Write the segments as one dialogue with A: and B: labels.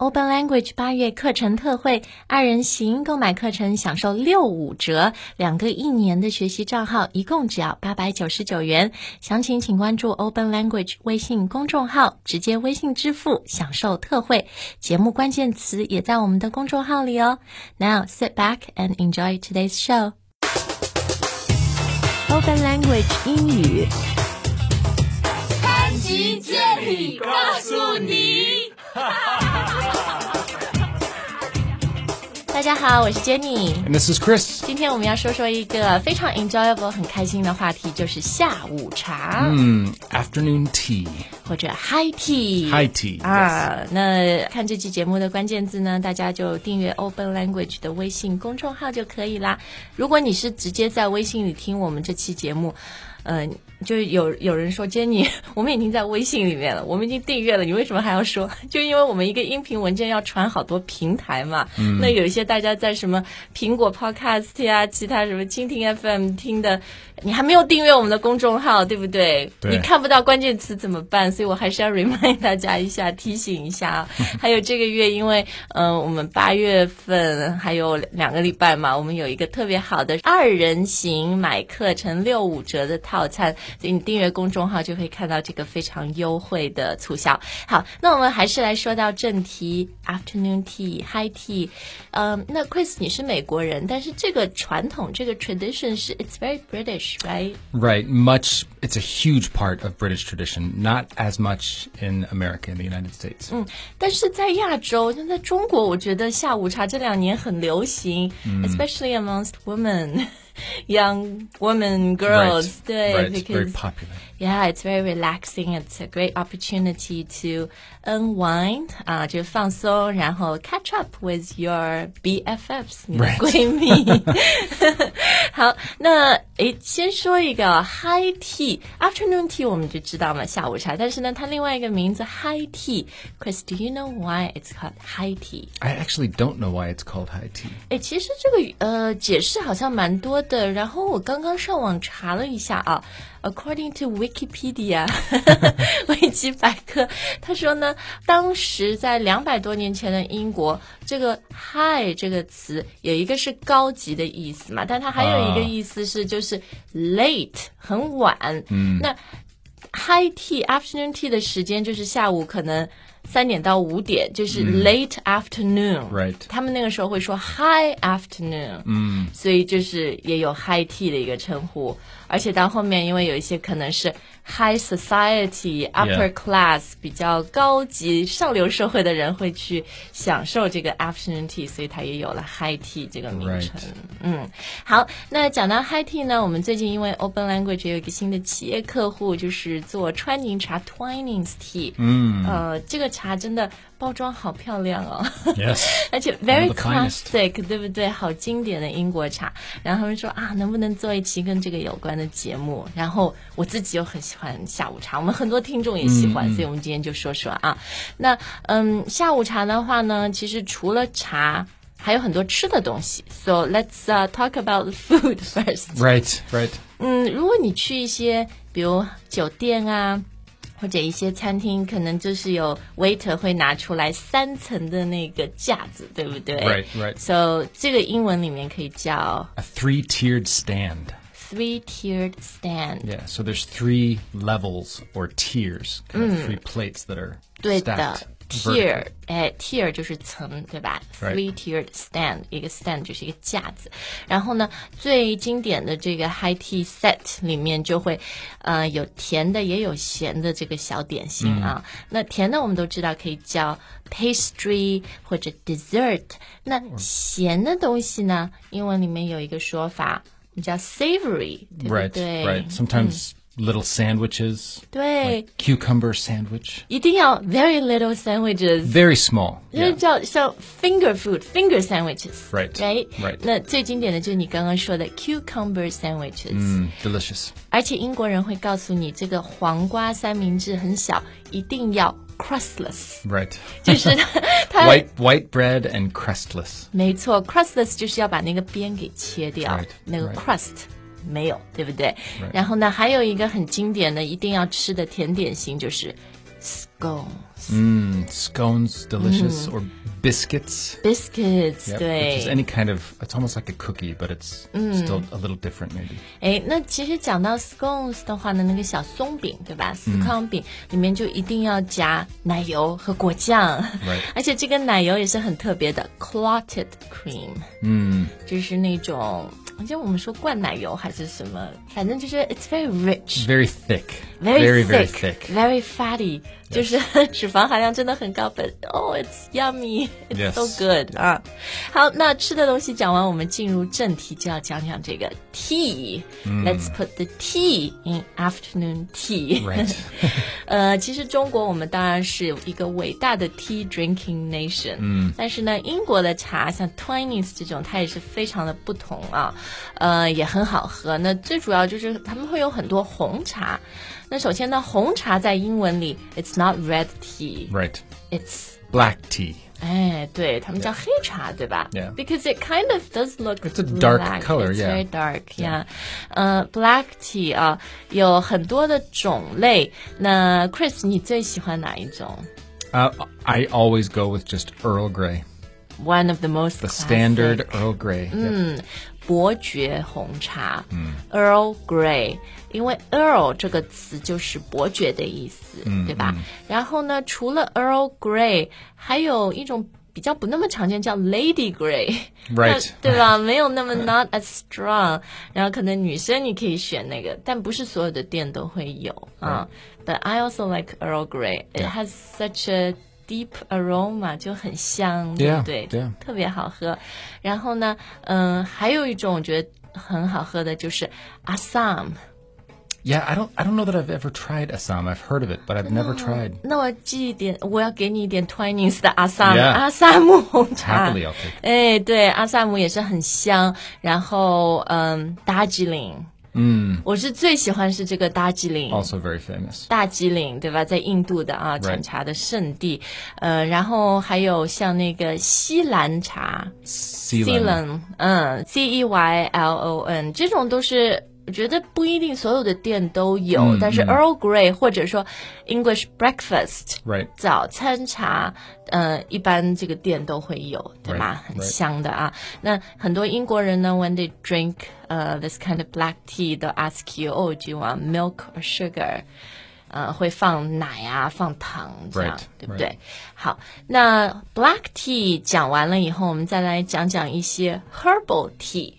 A: Open Language 八月课程特惠，二人行购买课程享受六五折，两个一年的学习账号一共只要八百九十九元。详情请关注 Open Language 微信公众号，直接微信支付享受特惠。节目关键词也在我们的公众号里哦。Now sit back and enjoy today's show. Open Language 英语。
B: 集见你，告诉你。
A: 大家好，我是 Jenny。
C: And this is Chris.
A: 今天我们要说说一个非常 enjoyable、很开心的话题，就是下午茶、
C: 嗯 Hmm, Afternoon tea.
A: 或者 high tea。
C: High tea.
A: 啊，那看这期节目的关键字呢，大家就订阅 Open Language 的微信公众号就可以啦。如果你是直接在微信里听我们这期节目，嗯、就是有有人说 Jenny，我 们已经在微信里面了，我们已经订阅了，你为什么还要说？就因为我们一个音频文件要传好多平台嘛，那有一些大家在什么苹果 Podcast 呀、其他什么蜻蜓 FM 听的，你还没有订阅我们的公众号，对不对？
C: 对
A: 你看不到关键词怎么办？所以我还是要 remind 大家一下，提醒一下啊。还有这个月，因为嗯、呃我们八月份还有两个礼拜嘛，我们有一个特别好的二人行买课程六五折的套餐，所以你订阅公众号就可以看到这个非常优惠的促销。好，那我们还是来说到正题，afternoon tea、high tea。嗯，那 Chris 你是美国人，但是这个传统这个 tradition 是 it's very British，right？
C: Right. Much, it's a huge part of British tradition, not as much in America, in the United States.
A: 但是在亚洲，像在中国，我觉得下午茶这两年很流行、e
C: 嗯
A: s p e c i a l l y amongst women, young women, girls.
C: right.
A: 对
C: Right. It's very
A: because
C: popular.
A: yeah, it's very relaxing. It's a great opportunity to unwind 啊、就放松，然后 catch up with your BFFs，你的
C: Right.
A: 闺蜜。 好，那诶，先说一个 high tea、afternoon tea，我们就知道嘛，下午茶。但是呢，它另外一个名字 high tea，Chris，do you know why it's called high tea？
C: I actually don't know why it's called high tea.
A: 哎，其实这个呃解释好像蛮多的。然后我刚刚上网查了一下啊，according to Wikipedia，维基百科，他说呢，当时在两百多年前的英国，这个 high 这个词有一个是高级的意思嘛，但它还有一个
C: 啊
A: 意思是就是 late 很晚。嗯，那 high tea afternoon tea 的时间就是下午可能三点到五点，就是 late afternoon、
C: 嗯 Right
A: 他们那个时候会说 high afternoon。嗯，所以就是也有 high tea 的一个称呼。而且到后面，因为有一些可能是 high society、upper
C: Yeah
A: class 比较高级上流社会的人会去享受这个 afternoon tea，所以它也有了 high tea 这个名称。
C: Right
A: 嗯，好，那讲到 high tea 呢，我们最近因为 Open Language 也有一个新的企业客户，就是做川宁茶 Twinings Tea。嗯，呃，这个茶真的包装好漂亮哦。
C: Yes.
A: 而且 very
C: the finest.
A: classic，对不对？好经典的英国茶。然后他们说啊，能不能做一期跟这个有关的节目？然后我自己又很喜欢下午茶，我们很多听众也喜
C: 嗯
A: 欢，所以我们今天就说说啊。那嗯，下午茶的话呢，其实除了茶。还有很多吃的东西，so let's、uh, talk about the food first。
C: Right. Right.
A: 嗯，如果你去一些比如酒店啊，或者一些餐厅，可能就是有 waiter 会拿出来三层的那个架子，对不对
C: Right, right.
A: So 这个英文里面可以叫
C: A three tiered stand.
A: three tiered stand。
C: Yeah. So there's three levels or tiers, kind of three plates that are
A: 对的
C: stacked
A: Mm. ，tier，
C: vertically.
A: 哎，tier 就是层，对吧
C: Right
A: ？Three tiered stand，一个 stand 就是一个架子。然后呢，最经典的这个 high tea set 里面就会，呃，有甜的也有咸的这个小点心啊。
C: 嗯
A: 那甜的我们都知道可以叫 pastry 或者 dessert，那咸的东西呢，英文里面有一个说法，我们叫 savory，对不
C: Right.
A: 对
C: Right. Sometimes
A: Mm.
C: little sandwiches.
A: 对
C: Like cucumber sandwich.
A: 一定要 very little sandwiches。
C: Very small.
A: 就是
C: Yeah.
A: 叫像 finger food、finger sandwiches。
C: Right,
A: Right.
C: right.
A: 那最经典的就是你刚刚说的 cucumber sandwiches。
C: Mm, delicious.
A: 而且英国人会告诉你，这个黄瓜三明治很小，一定要 crustless，
C: Right.
A: 就是它它
C: White white bread and crustless.
A: 没错，crustless 就是要把那个边给切掉
C: Right,
A: 那个
C: right.
A: crust。没有，对不对然后呢，还有一个很经典的、一定要吃的甜点心就是 scone。
C: Mm, scones, delicious, or biscuits.
A: biscuits，、
C: Yep, which
A: 对
C: is。any kind of it's almost like a cookie, but it's still a little different maybe.
A: 哎，那其实讲到 scones 的话呢，那个小松饼对吧？司康饼、里面就一定要加奶油和果酱
C: Right
A: 而且这个奶油也是很特别的 clotted cream，
C: Mm,
A: 就是那种。好像我们说灌奶油还是什么，反正就是 it's very rich,
C: very thick,
A: very
C: very
A: thick, very fatty，就是 脂肪含量真的很高。But oh, it's yummy, it's
C: Yes
A: so good 啊！好，那吃的东西讲完，我们进入正题，就要讲讲这个 tea。Let's
C: 嗯
A: put the tea in afternoon tea。
C: Right.
A: 呃，其实中国我们当然是有一个伟大的 tea drinking nation，嗯，但是呢，英国的茶像 Twinings 这种，它也是非常的不同啊，呃，也很好喝。那最主要就是他们会有很多红茶。那首先呢，红茶在英文里，it's not red tea，it's
C: right. Black tea.
A: 哎，对他们叫黑茶，对吧
C: Yeah.
A: Because it kind of does look
C: It's a dark
A: black.
C: color,
A: It's
C: yeah.
A: very dark. Yeah. 呃、b l a c k tea 啊、有很多的种类。那 Chris，你最喜欢哪一种
C: Uh, I always go with just Earl Grey,
A: ？One of the most
C: the
A: classic
C: standard Earl Grey. Yep.
A: 伯爵红茶、Earl
C: 嗯
A: Grey，因为 Earl 这个词就是伯爵的意思，
C: 嗯
A: 对吧、然后呢，除了 Earl Grey，还有一种比较不那么常见叫 Lady Grey，
C: Right 嗯
A: 那对吧？没有那么 not as strong，然后可能女生你可以选那个，但不是所有的店都会有啊。But I also like Earl Grey. It
C: Yeah.
A: has such a deep aroma，就很香，对
C: Yeah,
A: 不对啊
C: yeah.
A: 特别好喝。然后呢，嗯、还有一种我觉得很好喝的就是阿萨姆。
C: Yeah, I don't I don't know that I've ever tried Assam. I've heard of it, but I've never tried.
A: 那我寄一点，我要给你一点 Twinings 的阿萨姆
C: Yeah.
A: 阿萨姆红茶
C: Happily I'll take。
A: 哎，对，阿萨姆也是很香。然后，嗯，达吉林，嗯，哦我是最喜欢是这个达吉林。
C: Also very famous.
A: 大吉岭，对吧？在印度的啊，产茶的圣地，呃，然后还有像那个西兰茶
C: Ceylon.
A: 嗯，C E Y L O N，这种都是。我觉得不一定所有的店都有，但是 Earl Grey 或者说 English breakfast，、
C: Right.
A: 早餐茶，呃，一般这个店都会有，对吧
C: Right,
A: 很香的啊。那很多英国人呢，when they drink 呃、this kind of black tea，they'll ask you, oh, do you want milk or sugar？呃，会放奶啊，放糖这样
C: Right,
A: 对不对？好，那 black tea 讲完了以后，我们再来讲讲一些 herbal tea。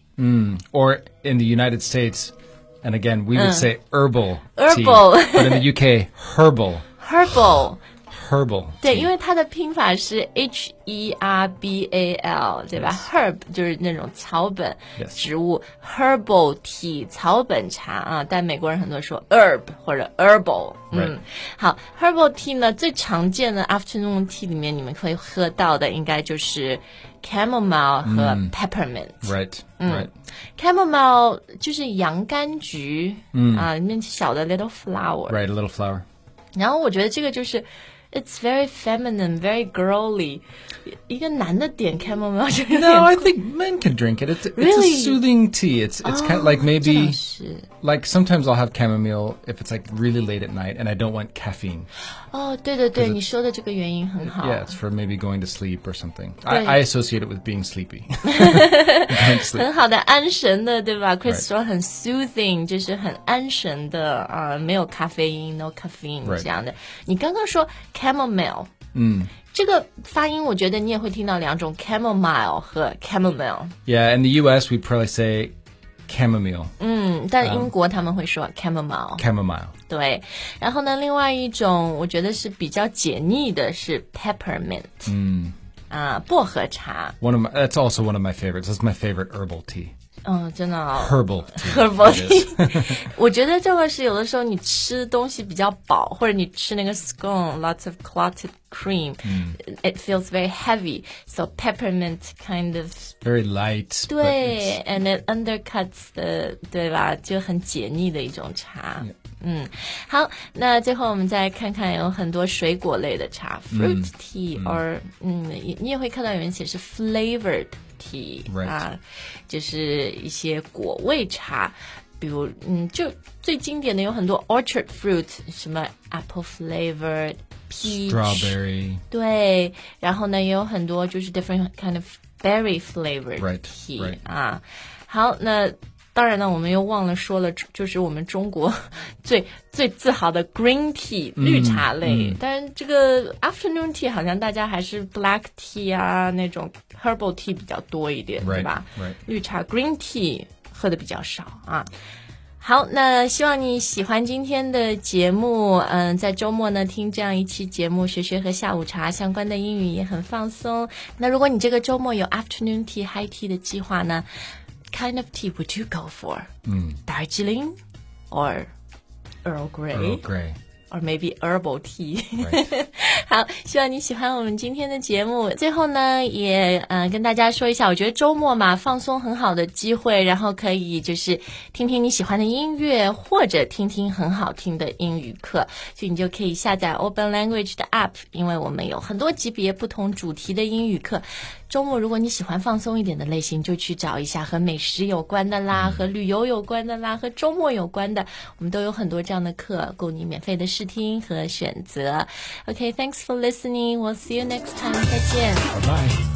C: Or in the United States, and again we would say Uh. herbal. tea,
A: Herbal.
C: but in the UK, herbal.
A: herbal，
C: Herbal.
A: 对，
C: tea.
A: 因为它的拼法是 H E R B A L，对吧 Herb 就是那种草本
C: Yes
A: 植物，herbal tea 草本茶啊，但美国人很多说 herb 或者 herbal。嗯
C: Right，
A: 好，herbal tea 呢，最常见的 afternoon tea 里面你们会喝到的，应该就是 chamomile 和 peppermint。
C: 嗯 Right. Right.
A: chamomile 就是洋甘菊，嗯啊，里面小的 little flower。
C: Right, a little flower.
A: 然后我觉得这个就是，it's very feminine, very girly，一个男的点 chamomile 就 有点
C: No, I think men can drink it. It's,
A: Really?
C: it's a Oh, soothing tea. It's it's kind of like
A: 真的
C: maybe
A: 是
C: like sometimes I'll have chamomile if it's like really late at night and I don't want caffeine.
A: 哦，对对对，你说的这个原因很好。
C: Yeah, it's for maybe going to sleep or something.
A: Right.
C: I, I associate it with being sleepy. Going to sleep.
A: 很好的安神的，对吧
C: Right
A: ？Chris 说很 soothing，就是很安神的啊、呃没有咖啡因，no caffeine
C: Right
A: 这样的。你刚刚说 chamomile，嗯，这个发音我觉得你也会听到两种 chamomile 和 chamomile，
C: Yeah, in the U.S. we probably say chamomile,
A: 嗯，但英国他们会说 chamomile。
C: chamomile.
A: 对，然后呢，另外一种我觉得是比较解腻的是 peppermint，嗯，啊，薄荷茶，
C: One of my, that's also one of my favorites. That's my favorite herbal tea.
A: 嗯，真的、哦。
C: Herbal tea.
A: herbal
C: it is.
A: tea 我觉得这个是有的时候你吃东西比较饱，或者你吃那个 scone，lots of clotted cream，it、feels very heavy，so peppermint kind of
C: Very light. but it's-
A: 对，and it undercuts 的，对吧？就很解腻的一种茶。嗯，好，那最后我们再看看有很多水果类的茶，fruit
C: Mm，
A: tea，or 嗯，也你也会看到有人写是 flavored tea 啊
C: Right
A: 啊，就是一些果味茶。比如嗯，就最经典的有很多 orchard fruit，什么 apple flavor。peach
C: Strawberry.
A: 对，然后呢，也有很多就是 different kind of berry flavored
C: Right,
A: tea
C: right.
A: 啊。好，那当然呢，我们又忘了说了，就是我们中国 最最自豪的 green tea、绿
C: 嗯
A: 茶类，但是这个 afternoon tea 好像大家还是 black tea 啊那种 herbal tea 比较多一点
C: Right,
A: 对吧
C: right.
A: 绿茶 green tea 喝的比较少啊。好，那希望你喜欢今天的节目。嗯，在周末呢听这样一期节目，学学和下午茶相关的英语也很放松。那如果你这个周末有 afternoon tea、high tea 的计划呢，kind of tea would you go for？嗯，Darjeeling or Earl Grey
C: Earl Grey.
A: or maybe herbal tea。
C: Right.
A: 好，希望你喜欢我们今天的节目。最后呢，也呃跟大家说一下，我觉得周末嘛，放松很好的机会，然后可以就是听听你喜欢的音乐，或者听听很好听的英语课，所以你就可以下载 Open Language 的 App，因为我们有很多级别不同主题的英语课。周末如果你喜欢放松一点的类型，就去找一下和美食有关的啦，和旅游有关的啦，和周末有关的，我们都有很多这样的课供你免费的试听和选择。OK，thanks、for listening. We'll see you next time. 再见。
C: Bye bye.